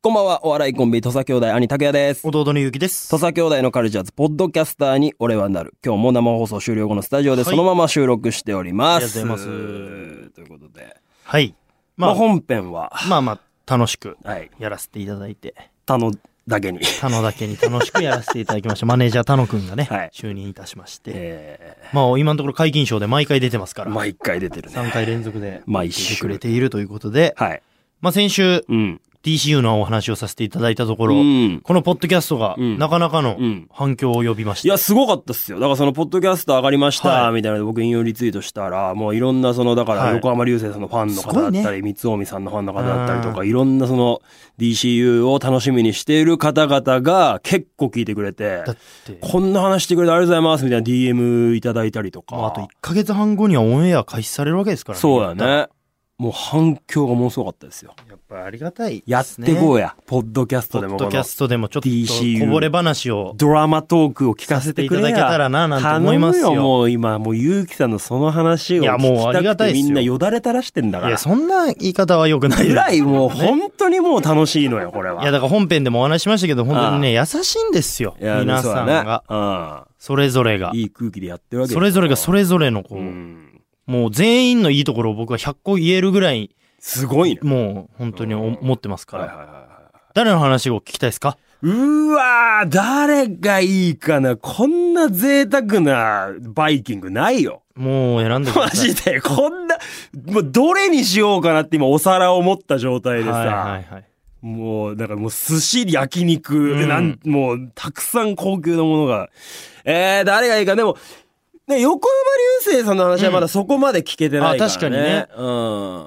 こんばんは、お笑いコンビ、土佐兄弟、兄拓也です。弟のゆうきです。土佐兄弟のカルチャーズ、ポッドキャスターに俺はなる。今日も生放送終了後のスタジオではいそのまま収録しております。ありがとうございます。ということで。はい。ままあ、あ、本編は、まあまあ、楽しくはい、やらせていただいて、他のだけに。 他のだけに楽しくやらせていただきました。マネージャー他野くんがね、はい就任いたしまして。えまあ、今のところ解禁賞で毎回出てますかー、ら、毎回出てるね。 3回連続で毎出て週くれているということで、はい。まあ先週、うん。 TCU のお話をさせていただいたとこうろ、ん。このポッドキャストがうんなかなかのうん反響を呼びましいて、や、すごかったっすよ。だからその、ポッドキャスト上がりました、はいみたいなので僕引用リツイートしたら、もういろんなその、だからはい横浜流星さんのファンのす方ごだいねったり、三つ三さんのファンの方だったりとか、ういろんなその、DCU を楽しみにしている方々が結構聞いてくれて、だって、こんな話してくれてありがとうございます、みたいな DM いただいたりとか。もうあと1ヶ月半後にはオンエア開始されるわけですからね。そうだ。ね。もう反響がものすごかったですよ。やっぱありがたいやっですてね、こうや。ポッドキャストポでッもドこキャの、ストでもちょっと DCU こぼれ話をドラマトークを聞かせさせてていくたれだけやたらななんて頼思いまむすよ、よ。もう今、もうゆうきさんのその話をいやもう聞きありたがくたいてっすよみんなよだれ垂らしてんだかいや、ら。そんな言い方は良くないぐよらいもうね本当にもう楽しいのよ、これは。いや、だから本編でもお話ししましたけど、本当にね、優しいんですよ。いや皆さんが。そうだねそれぞれがうん。。いい空気でやってるわけそれぞれがそれ、れぞれのこうう、ん、もう全員のいいところを僕は100個言えるぐらい、すごいね。もう本当にお思ってますかはいはいら。はいはい。誰の話を聞きたいですかうわー、誰がいいかな。こんな贅沢なバイキングない よ。もう選んでくマださい。ジで、こんな、もうどれにしようかなって今お皿を持った状態でさ、はいはいはい。もう、だからもう寿司、焼肉、んなん、もう、たくさん高級なものが。えー、誰がいいか。でも、ね、横浜流星さんの話はまだそこまで聞けてないから、ねあ確かにね。う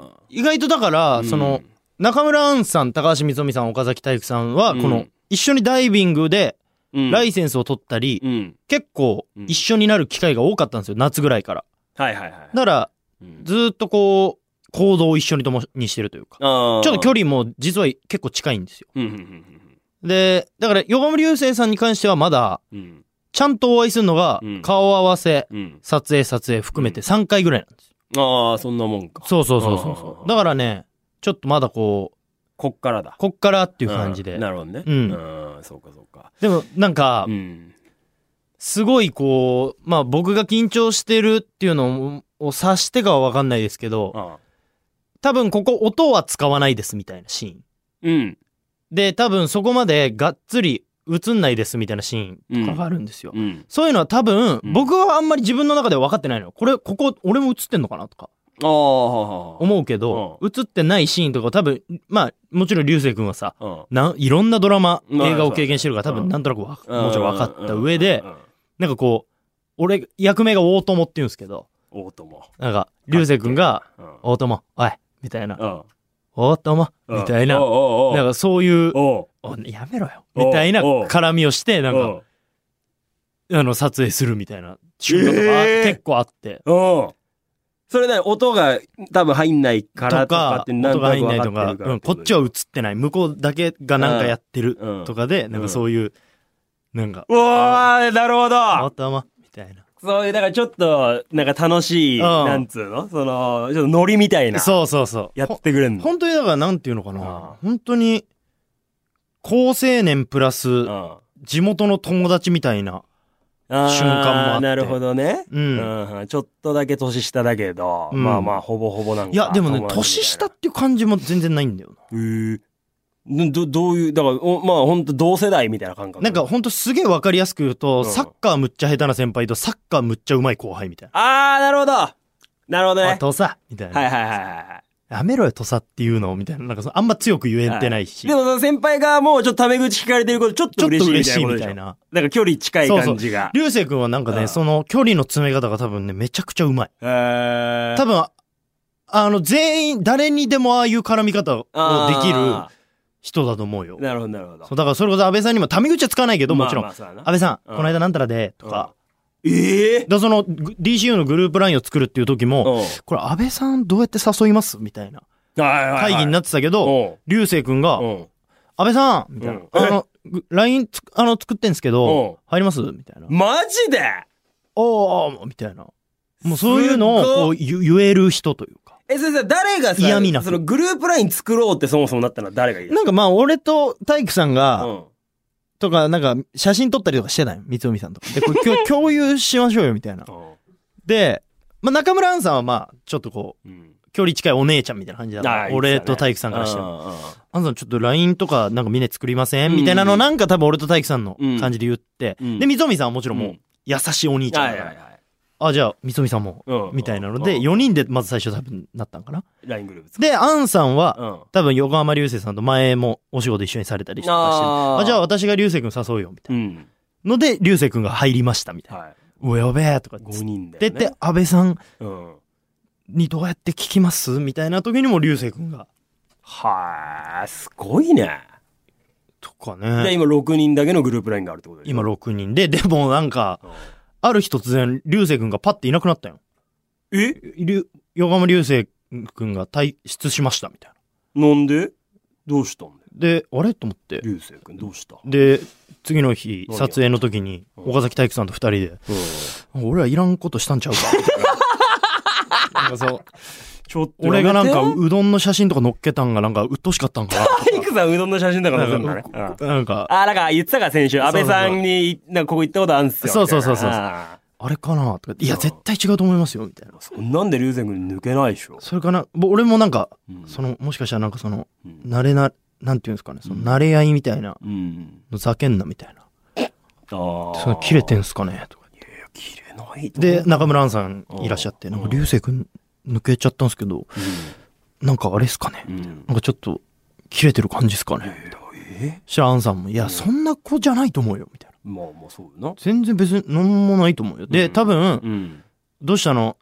ん。意外とだから、んその、中村アンさん、高橋みつみさん、岡崎体育さんは、うんこの、一緒にダイビングで、うん。ライセンスを取ったり、うん。結構うん一緒になる機会が多かったんですよ、夏ぐらいから。はいはいはい。だから、うんずーっとこう、行動を一緒にともにしてるというか。あーちょっと距離も実は結構近いんですよ。うんうんうんで、だから、横浜流星さんに関してはまだ、うんうん。ちゃんとお会いするのがうん、顔合わせ、うん。撮影、撮影含めて3回ぐらいなんですよ。ああ、そんなもんか。そうそうそうそうあーあーそあーう。だからね、ちょっとまだこう、こっからだ。こっからってていう感じで。なるほどね。うんうん。そうかそうか。でも、なんかう、ん。すごいこう、まあ僕が緊張してるっていうのをを察してかはわかんないですけど、ああ多分ここ音は使わないですみたいなシーン。うん。で、多分そこまでがっつり映んないですみたいなシーンとかがあるんですよ。うん。そういうのは多分、うん僕はあんまり自分の中では分かってないのよ。これ、ここ、俺も映ってんのかなとかああ。思うけど、う映ってないシーンとか多分、まあ、もちろん流星君はさ、うん。なんいろんなドラマ、まあ映画を経験してるからそう多だ分ねなんとなくわうんもちろん分かった上で、、なんかこう、俺、役名が大友って言うんですけど、大友。なんか、流星くんが、うん、大友、おい、みたいな、う大友、んみたいな、おうおうおうなんかそういう、おうおやめろよ、おみたいなお絡みをして、なんか、おあの、撮影するみたいな瞬間とかえー結構あって、うおうそれね、音が多分入んないかとらとかかっ、てなん音とがな入くんない分とかか、ってるからうんこっちは映ってない、向こうだけがなんかやってるうんとかで、なんうんかそういう、なんか、うわー、なるほ大ど友、みたいな。そういう、だからちょっと、なんか楽しい、うんなんつうのその、ちょっとノリみたいな。そうそうそう。やってくれんの。本当にだからなんていうのかああな本当に高青年プラスうん地元の友達みたいなあー瞬間もあってなるほどね。ううんん。ちょっとだけ年下だけど、うんまあまあ、ほぼほぼなんか。いやでもね友達年みたい下なっていう感じも全然ないんだよへえ。ど、どういう、だから、おまあ本当同世代みたいな感覚。ななんか、ほんとすげえわかりやすく言うとうんサッカーむっちゃ下手な先輩とサッカーむっちゃうまい後輩みたいあー、なるほどなるほどな「あね。土佐」みたいはいなはいはいは「やめろよ土佐っていうの」みたいななんかそのあんま強く言い。えてないしでちょもその先輩がもうちょっとタメ口聞かれてることちょっとっと嬉しいみ嬉たいしいなことみでしたょい。ななんか距離近い感じが。流星君はなんかうんねその距離の詰め方が多分ねめちゃくちゃうまいえー多分あの全員誰にでもああいう絡み方をできるあ人だと思うよー。なるほどなるほど。そうだからそれこそ安倍さんにもタメ口は使わないけけどもちろん。安倍さん、うんこの間なんたらで、とか。。うんええだからそのぐ DCU のグループラインを作るっていう時も、これ安倍さんどうやって誘いますみたいな会議にっなってたけど、と流星くんが、うん。安倍さんみたいうな。んあの、ぐ LINE つあの作ってんすけうんど、入りますみたいな。マジでおーおーみたいな。もうそういうのをこう言言える人というか。え、それさ、誰がさ、嫌味なくそのグループライン作ろうってそもそもなったのは誰がいいなんかまあ、俺と体育さんが、うん。とか、なんか、写真撮ったりとかしてない三つ海さんと。で、これ 共共有しましょうよ、みたいな。で、まあ、中村アンさんはまあ、ちょっとこう、うん。距離近いお姉ちゃんみたいな感じだから、あー俺と体育さんからしてうも。んうんアンさんちょっと LINE とかなんかみんなで作りません、うんみたいなのなんか多分俺と体育さんのうん感じで言って。うんで、三つ海さんはもちろんもう、うん優しいお兄ちゃんはだいから。はいはい。あ、じゃあ、三つ海さんも、うんみたいなので、うん4人でまず最初多分なったんかな。ライングループ作る。で、アンさんは、うん。多分横浜流星さんと前もお仕事一緒にされたりとかしてああーじゃあ私が流星くん誘うよみたういん。なので流星くんが入りましたみたいなはい。 「うわやべえ」とかっ5つっ人で。てて、安倍さんうん。にどうやって聞きますみたいな時にも流星くんがはあ、すごいね。とかで、ね今6人だけのグループラインがあるってことでしょ今6人ででもなんかある日突然流星くんがパッていなくなったようんえり横浜流星くんが退出しましたみたいななんでどうしたんだよ。であれと思って流星君どうしたで次の日何が撮影の時にうん岡崎体育さんと2人で俺らいらんことしたんちゃうかみたい ななんかそうちょっとやめて。俺がなんかうどんの写真とか載っけたんがなんか鬱陶しかったんかな体育さんうどんの写真とか載せなるんだねん。かなんかあ、なんか言ってたか、先週。安倍さんに、なんかここ行ったことあるんすよ。そうそうそうそうみたいなあれかなとか言っていや絶対違うと思いますよみたいなあーそんなんで流星君抜けないでしょ。それかなぼ俺もなんかうんそのもしかしたらなんかそのうん慣れななんていうんですかねそのうん慣れ合いみたいなうん。のざけんなみたいなあーその切れてんすかねとか言っ切れないと思うてで、中村アンさんいらっしゃってうんなんか流星くん抜けちゃったんですけどなんかあれっすかねうんうんなんかちょっと切れてる感じっすかねえそしたらアンさんも「いやそんな子じゃないと思うよ」みたいなまあまあそうよな。全然別に何もないと思うようでん多分うん。どうしたの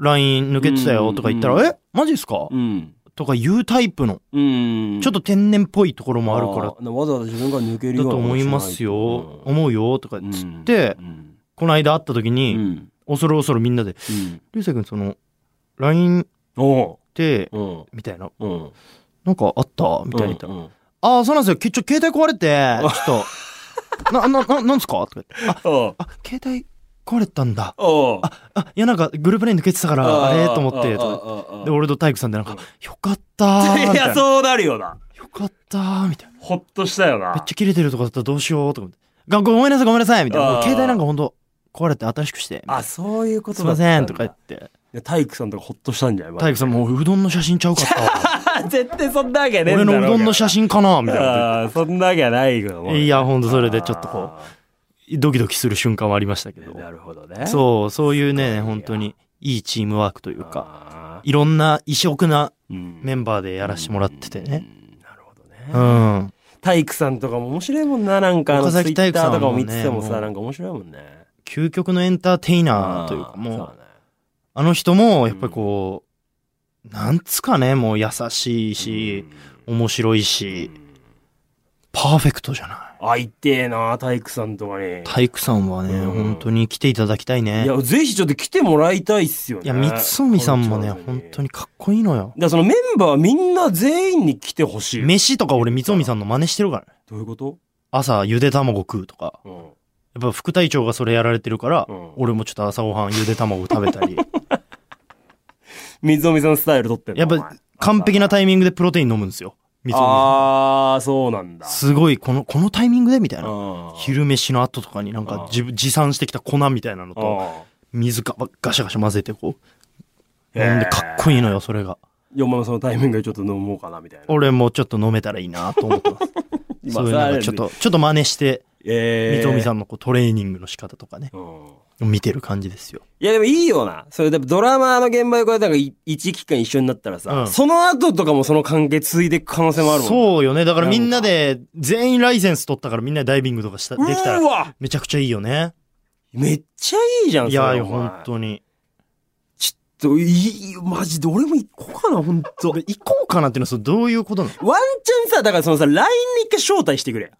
?LINE 抜けてたよとか言ったら、うんうんうんえマジっすか、うん。とか言うタイプの、うん。ちょっと天然っぽいところもあるから、ら。わざわざ自分から抜けるよだうなと思いますよ、思うよ、とかうっんつって、うんこの間会った時うに、ん。恐る恐るみんなで、うん。流星君その、LINE っおて、ううん。みたいな、うん。なんかあったみたいな言ったら、うんうんああ、そうなんですよ、けちょ、携帯壊れて、ちょっと、な、 な、な、なんすかとか言って、あ、ああ、携帯壊れたんだ。あ。ああ、いやなんかグループライン抜けてたから、あれと思って、とか言ってかで、俺と体育さんでなんか、よかったーみたいいな。や、そうなるよな。よかったーみたいな。ほっとしたよな。めっちゃ切れてるとかだったらどうしようとか思って。がごめんなさい、ごめんなさいみたいあな。ー携帯なんかほんと壊れて新しくして。あ、そういうことすいませんとか言って。て。体育さんとかほっとしたんじゃない体育さんもううどんの写真ちゃう かったわ。ん。絶対そんなわけねえ俺のうどんの写真真かなみたいなこああ、そんなわけないけどと言って。いや、ほんとそれでちょっとこう、ドキドキする瞬間はありましたけうど。なるほどね。うそう、そういういね、や本当にいいチームワークというか、か。いろんな異色なメメンバーでやらせてもらっててね。。うんなるほどね。うん。体育さんとかも面白いもんな、なんかあの、岡ツイッ崎タ体育さーんともねかも見ててももさ、うなんか面白いもんね。究極のエンターテイナーというか、そもうだ、ねあの人も、やっぱりこう、なんつかね、もう優しいし、面白いし、パーフェクトじゃない。あいてえな、体育さんとかに。体育さんはね、うん本当に来ていただきたいね。いいや、や、ぜひちょっと来てもらいたいっすよね。三つ海さんもね、このチャンス本当に。かっこいいのよだ。からそのメンバーみんな全員に来てほしい。飯とか俺三つ海さんの真似してるからね。どういうこと朝、ゆで卵食うとか。うん。やっぱ副隊長がそれやられてるから、うん俺もちょっと朝ごはんゆで卵食べた り。水尾美さんスタイル取ってんのやっお前ぱ完璧なタイミングでプロテイン飲むんですよ。三つ海さあー、そうなんだ。ん。すごい、この、このタイミングでみたいな。うん昼飯の後とかになんあかあ自分持参してきた粉みたいなのと水がガシャガシャ混ぜてこううん飲んでかっこいいのよそれがいやお前もそのタイミングでちょっと飲もうかな、みたいな。俺もちょっと飲めたらいいなと思ってます 今そういうなんかちょっ、とちょっと真似してえ三ー、富さんのこうトレーニングの仕方とかねうん。見てる感じですよいやでもいいよな。それでドラマーの現場でこうやってなんかい一期間一緒になったらさ、うんその後とかもその関係継いでいく可能性もあるもん。そうよねだからみんなで全員ライセンス取ったからみんなでダイビングとかしたできたうらわめちゃくちゃいいよねめっちゃいいじゃん、いやそれーお前本当にちょっと、いい、マジで俺も行こうかな、本当ワンチ行こうかなっていうのはそれどういうことなのャンさ、だからそのさ、LINE に一回招待してくれ。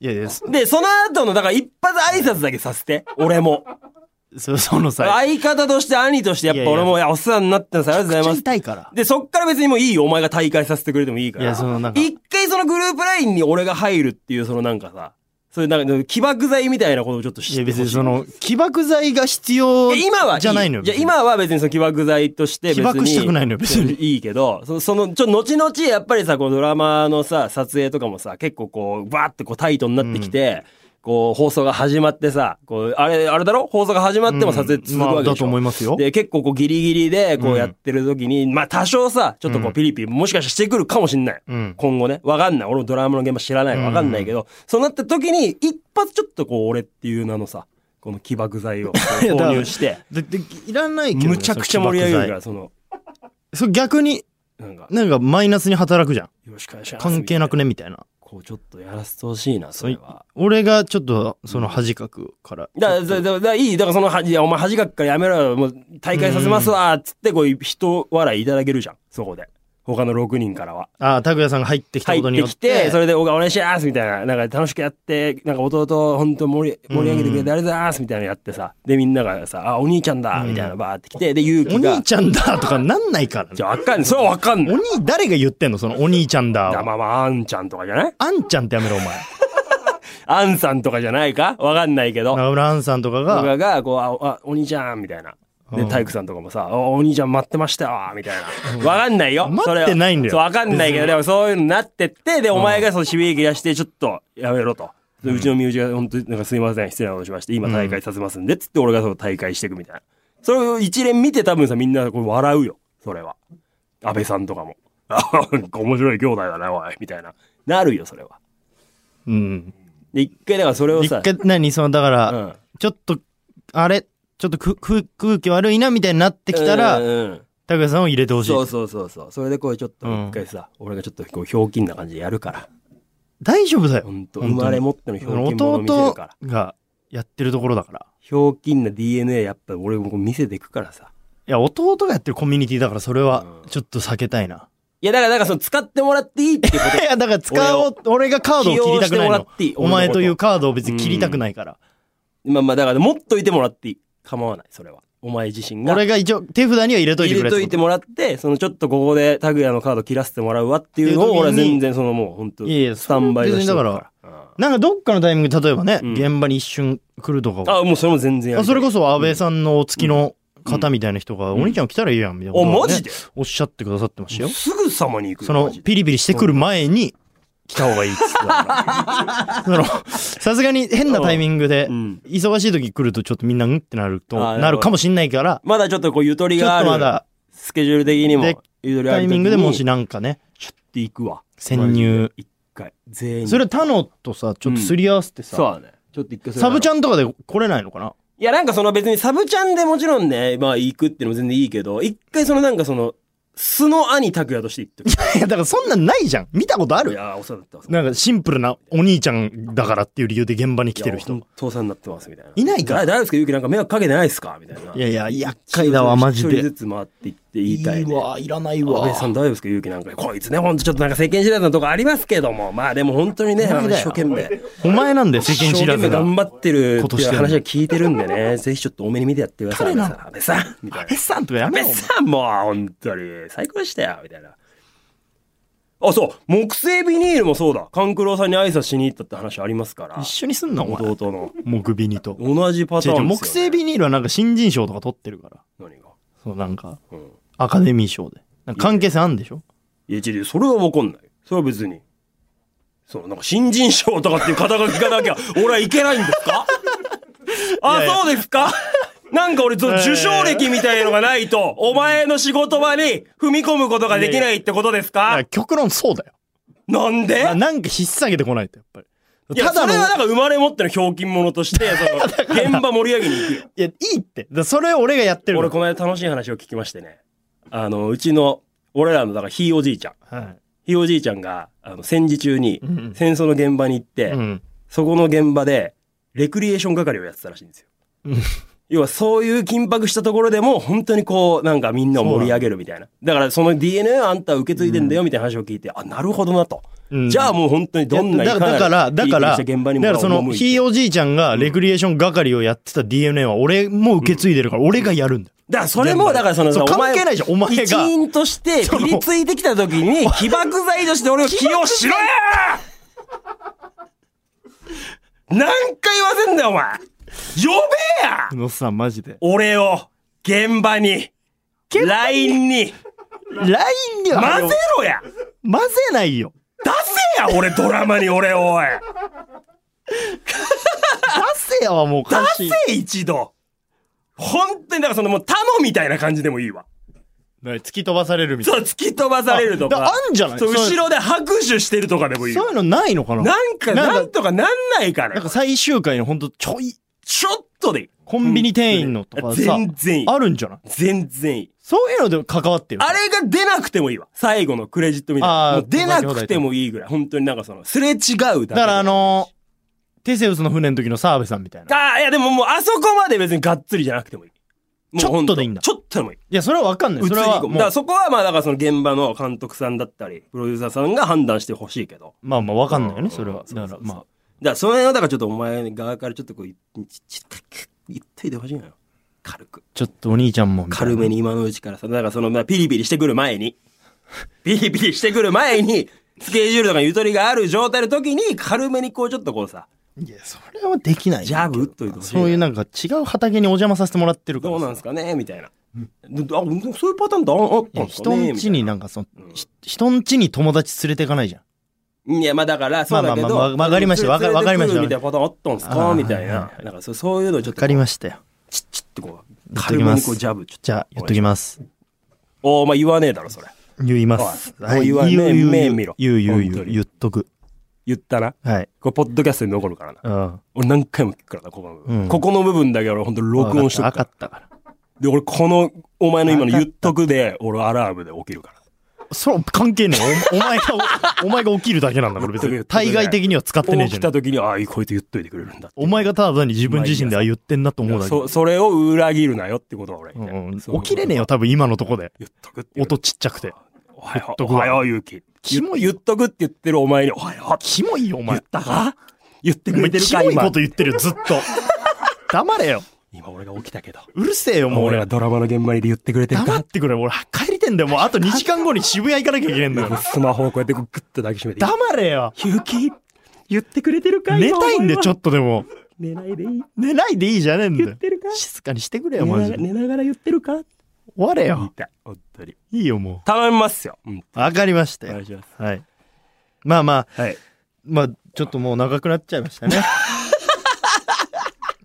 いやいやそで、その後の、だから一発挨拶だけさせて。俺も。 そそのさ相方として、兄として、やっぱ俺も、いや、お世話になってます。ありがとうございます。痛いからで、そっから別にもういいよ。お前が大会させてくれてもいいから。いやそのなんか一回そのグループラインに俺が入るっていう、そのなんかさ、そういうなんか起爆剤みたいなことをちょっとしいてやほし別にその、起爆剤が必要いや今はいじゃないのよ。いや、今は別にその起爆剤として別に。起爆したくないのよ別にいいけど、そその、ちょ、後々やっぱりさ、このドラマのさ、撮影とかもさ、結構こう、バーってこうタイトになってきて、こう、放送が始まってさ、こう、あれ、あれだろ放送が始まっても撮影続くわけでしょ、うんまあだと思いますよで、結構こう、ギリギリで、こうやってる時に、まあ多少さ、ちょっとこう、ピリピリ、もしかしてしてくるかもしんない。うん今後ね。わかんない。俺もドラマの現場知らない。わかんないけど、そうなった時に、一発ちょっとこう、俺っていう名のさ、この起爆剤をこう いやだから購入して、だっていらないけどね、むちゃくちゃ盛り上げるから、その、それ逆に、なんか、なんかマイナスに働くじゃん。よろしくお願いします。関係なくね。ねみたいな。こう、ちょっとやらせてほしいな、それは。俺がちょっと、その恥かくから。だから、だだだいい、だからそのは、いや、お前恥かくからやめろよ、もう、大会させますわ、つって、こう、人笑いいただけるじゃん、そこで。他の6人からは。ああ、拓也さんが入ってきた入こっとにてよっきて。て、それで、おお願いしますみたいな、なんか楽しくやって、なんか弟、本当盛り盛り上げてくれてありがとうございますみたいなのやってさ、で、みんながさ、あ、お兄ちゃんだ、みたいな、バーって来て、で、勇お気が兄、ちゃんだとかなんないからじね。ゃあ、わかんない、それはわかんない。お兄、誰が言ってんのそのお兄ちゃんだだは。まあまあ、あんちゃんとかじゃないあんちゃんってやめろ、お前。あんさんとかじゃないかわかんないけど。中村あんさんとか僕が、が、こう、あ、あお兄ちゃん、みたいな。で、体育さんとかもさ、おお兄ちゃん待ってましたよ、みたいな。わかんないよ。待ってそれはないんだよそうわかんないけど、でもそういうのになってって、で、お前がそのしびれ切らして、ちょっと、やめろと。でうちの身内が、本当になんかすいません、失礼なことしまして、今大会させますんで、つって俺がその大会していくみたいな。それを一連見て多分さ、みんなこう笑うよ。それは。安倍さんとかも。 あ面白い兄弟だな、おい。みたいな。なるよ、それは。うん。で、一回だからそれを一さ、回、何その、だかうら、ん。ちょっと、あれ、ちょっとくく空気悪いなみたいになってきたらうん、うん拓也さんを入れてほしいそう。そうそうそう。それでこうちょっと一回さ、俺がちょっとこうひょうきんな感じでやるから。大丈夫だよ。本当本当に生まれ持ってのひょうきんものを見せる弟から。がやってるところだから。ひょうきんな DNA やっぱ俺もこう見せていくからさ。いや、弟がやってるコミュニティだから、それは、ちょっと避けたいな。いやだから、だからその使ってもらっていいってこいや、だから使おう、俺がカードを切りたくな起い用してもらのっていい。お前というカードを別に切りたくないから。と。まあまあだから持っといてもらっていい。構わない、それは。お前自身が。俺が一応、手札には入れといて入くれとれってこといてもらって、そのちょっとここでタグヤのカード切らせてもらうわっていうのをっていう時俺はに全然そのもう本当いやいやスタンバイとしてるそれは別になんかどっかのタイミング、例えばね、うん現場に一瞬来るとかはあ、もうそれも全然やあるそれこそ安倍さんのお付きの方みたいな人が、お兄ちゃん来たらいいやん、みたいなことをね、おマジでおっしゃってくださってましたよ。すぐさまに行くよその、マジでピリピリしてくる前に、来た方がいいっつってたから。その、さすがに変なタイミン グで、うん忙しい時来るとちょっとみんなうんってなると、あーなるかもしんないから、まだちょっとこうゆとりちょがあっる。とまだ、スケジュール的にもで、ゆとりあタるイ時にミングでもしなんかね、ちょっと行くわ。潜入。一回。全員。それ他のとさ、ちょっとすり合わせてそうさ、だね。ちょっと一回それサブちゃんゃんとかで来れないのかないや、なんかその別にサブちゃんでもちろんね、まあ行くってのも全然いいけど、一回そのなんかその、素の兄拓也として行ってく いや、だからそんなんないじゃん。見たことあいるやー、お世話になってます。なんかシンプルなお兄ちゃんだからっていう理由で現場に来てるい人や。。父さんになってます、みたいな。いないかだ誰ですか、ゆうきなんか迷惑かけてないですかみたいな。いやいや、厄介だわ、マジ一人ずで。つ回っていって言いたい、ね。わ、いらない安倍さん大丈夫ですか勇気なんかこいつね、ほんとちょっとなんか世間知らずのとこありますけども、まあでも本当にね、あの一生懸命。お前なんだよ、世間知らず一生懸命が。頑張ってるっていうことし話は聞いてるんでね、ぜひちょっとお目に見てやってください。誰なの安倍さん安倍さんみたいな。安倍さんとかや安め倍ろ。さんもう本当に最高でしたよ、みたいな。あ、そう、木製ビニールもそうだ。勘九郎さんに挨拶しに行ったって話ありますから一。緒にすんな、お前。弟の。木ビニと。同じパタ違うー違うンですよ、ね。木製ビニールはなんか新人賞とか取ってるから。何が。そう、なんか、うん。アカデミー賞で。なんか関係性あんでしょいや、違う違うそれはわかんない。それは別に。そのなんか新人賞とかっていう肩書きがなきゃ、 俺はいけないんですかあ、いやいやそうですかなんか俺、そのえー受賞歴みたいのがないと、お前の仕事場に踏み込むことができないってことですだかから極論そうだよ。なんでななんか引っ提げてこないと、やっぱり。いや、たそだの、れいはなんか生まれ持ってのひょうきん者と して、その、現場盛り上げに行くよ。や、いいって。だからそれを俺がやってる俺、かこの間楽しい話を聞きましてね。あの、うちの、俺らの、だから、ひいおじいちゃん。ら。はい。ひいおじいちゃんが、あの、戦時中にうんうん、戦争の現場に行って、うん。そこの現場で、レクリエーション係をやってたらしいんですよ。要はそういう緊迫したところでも、本当にこう、なんかみんなを盛り上げるみたいな。だからその DNA はあんたは受け継いでんだよみたいな話を聞いて、あ、なるほどなと。うんじゃあもう本当にどんないやだだから、だから、ピリピリした現場にだもからその、赴いてひいおじいちゃんがレクリエーション係をやってた DNA は俺も受け継いでるから、俺がやるんだよ。だからそれも、だからそのそさ、うお前関係ないじゃんお前が一員として、そのピリついてきた時に、 起爆剤として俺を起用しろや何回言わせんだよ、お前呼べやのっさんマジで。俺を、現場に、LINE に、 LINE には混ぜろや混ぜないよ。出せや俺ドラマに俺をおい出せよ、もう歌詞出。せ一度本当にだからそのもうタモみたいな感じでもいいわ。何突き飛ばされるみたいそう、な。突き飛ばされるとか。ああんじゃないそう、そういう後ろで拍手してるとかでもいいそわういうのないのかななんか、なんかなんとかなんないかなんねか。最終回のほんとちょい、ちょっとでいい。コンビニ店員のとかさ、全然いい。あるんじゃない全然いい。そういうので関わってる。あれが出なくてもいいわ。最後のクレジットみたいあな。もーう出なくてもいいぐらい。本当になんかその、すれ違うだけでだからあ、のー、テセウスの船の時の澤部さんみたいな。いああ、いやでももうあそこまで別にがっつりじゃなくてもいい。もうちょっとでいいんだほとちょっとでもいい。や、それはわかんない。映そりれは込む。だもかうら、そこはまあだからその現場の監督さんだったり、プロデューサーさんが判断してほしいけど。まあまあわかんないようね、それは。うだかそうそらうそうまあ。だからその辺はだからちょっとお前側からちょっとこう、いちち言っといてほしいのよ。軽く。ちょっとお兄ちゃんも。みたいな軽めに今のうちからさ、だからその、まあピリピリしてくる前に、 ピリピリしてくる前に、スケジュールとかゆとりがある状態の時に、軽めにこうちょっとこうさ、いや、それはできないよ。ジャブ打っといてほしいそういうなんか違う畑にお邪魔させてもらってるからどさ。うなんすかねみたいな。であ、本当にそういうパターンってああったんですか人ねんちになんかその、ひ人んちに友達連れてかないじゃん。いや、まあだから、そうだけど。まあまあまあわかりましたわかわかりました連れてくるみたいなパターンあったんすあかーみたいはいなはいは。いなんかそうそういうのをちょっわとかこりう、ましたよ。チッチッってこう、言っと軽きめまにすこうジャブ、ちょっと。じゃあ、言っときます。おお前言わねえだろ、それ。言います。おいもう言わねえ言う目言う見ろ言う言う本言当う。に言っとく。言ったな。はい。これ、ポッドキャストに残るからな。うん。俺何回も聞くからな、ここの部分。うんここの部分だけ俺ほんと録音しとわくかかっら。たから。で、俺この、お前の今のわかっ言たっとくで、俺アラームで起きるから。そう、関係ねえ。お お前が、おお前が起きるだけなんだから別 言に。っとく対外的には使ってねえ起じきゃん。た時に、ああ、こいつ言っといてくれるんだって。お前がただ単に自分自身であ言ってんなと思うだけ。そ、それを裏切るなよってことは俺う言って。んうん、起そういうこときれねえよ、多分今のとこで。言っとくっていう。音ちっちゃくて。おはよ言う、っとおくわはよう、ゆうき。キモい言っとくって言ってるお前に、おはよう、キモいよ、お言前っ。たか言っておく前れてるキかモいこ今と。言ってるよ、ずっと。 黙れよ。今俺が起きたけど。うるせえよ、もう俺俺が。ドラマの現場にで言ってくれてる黙かってくれ、俺帰りてんだよ。もうあと2時間後に渋谷行かなきゃいけねえんだよ。スマホをこうやってこうグッと抱きしめて。 黙れよ。ゆうき、言ってくれてるか寝たいんで、今ちょっとでも。寝ないでいい。寝ないでいいじゃねえんだ言よってるか。静かにしてくれ寝よ、マなジがで。終寝ながら言ってるかわれ言いよ。たい。本当に。いいよ、も頼みますよ。うん。う。わかりましたお願よい。します。はい。まあまあ、はい。まあ、ちょっともう長くなっちゃいましたね。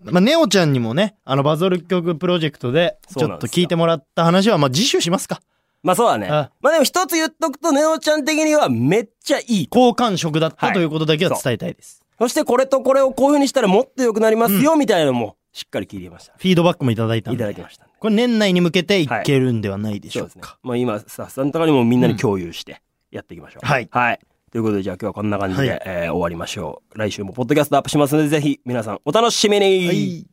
まあ、ネオちゃんにもね、あの、バズる曲プロジェクトで、ちそうょなんっですとよ聞いてもらった話は、まあ、次週しますか。まあそうだね。あまあでも一つ言っとくと、ネオちゃん的にはめっちゃいい。好感触だったはいということだけは伝えたいです。そしてこれとこれをこういう風にしたらもっと良くなりますよ、みたいなのも、しっかり聞いてました。フィードバックもいただいたんいで。ただきましたんで。これ年内に向けていけるんではないでしそうょうですか。ね。まあ今、スタッフさんとかにもみんなに共有してやっていきましょう。はいはい。ということで、じゃあ今日はこんな感じで、はいえー終わりましょう。来週もポッドキャストアップしますので、ぜひ皆さんお楽しみに、はい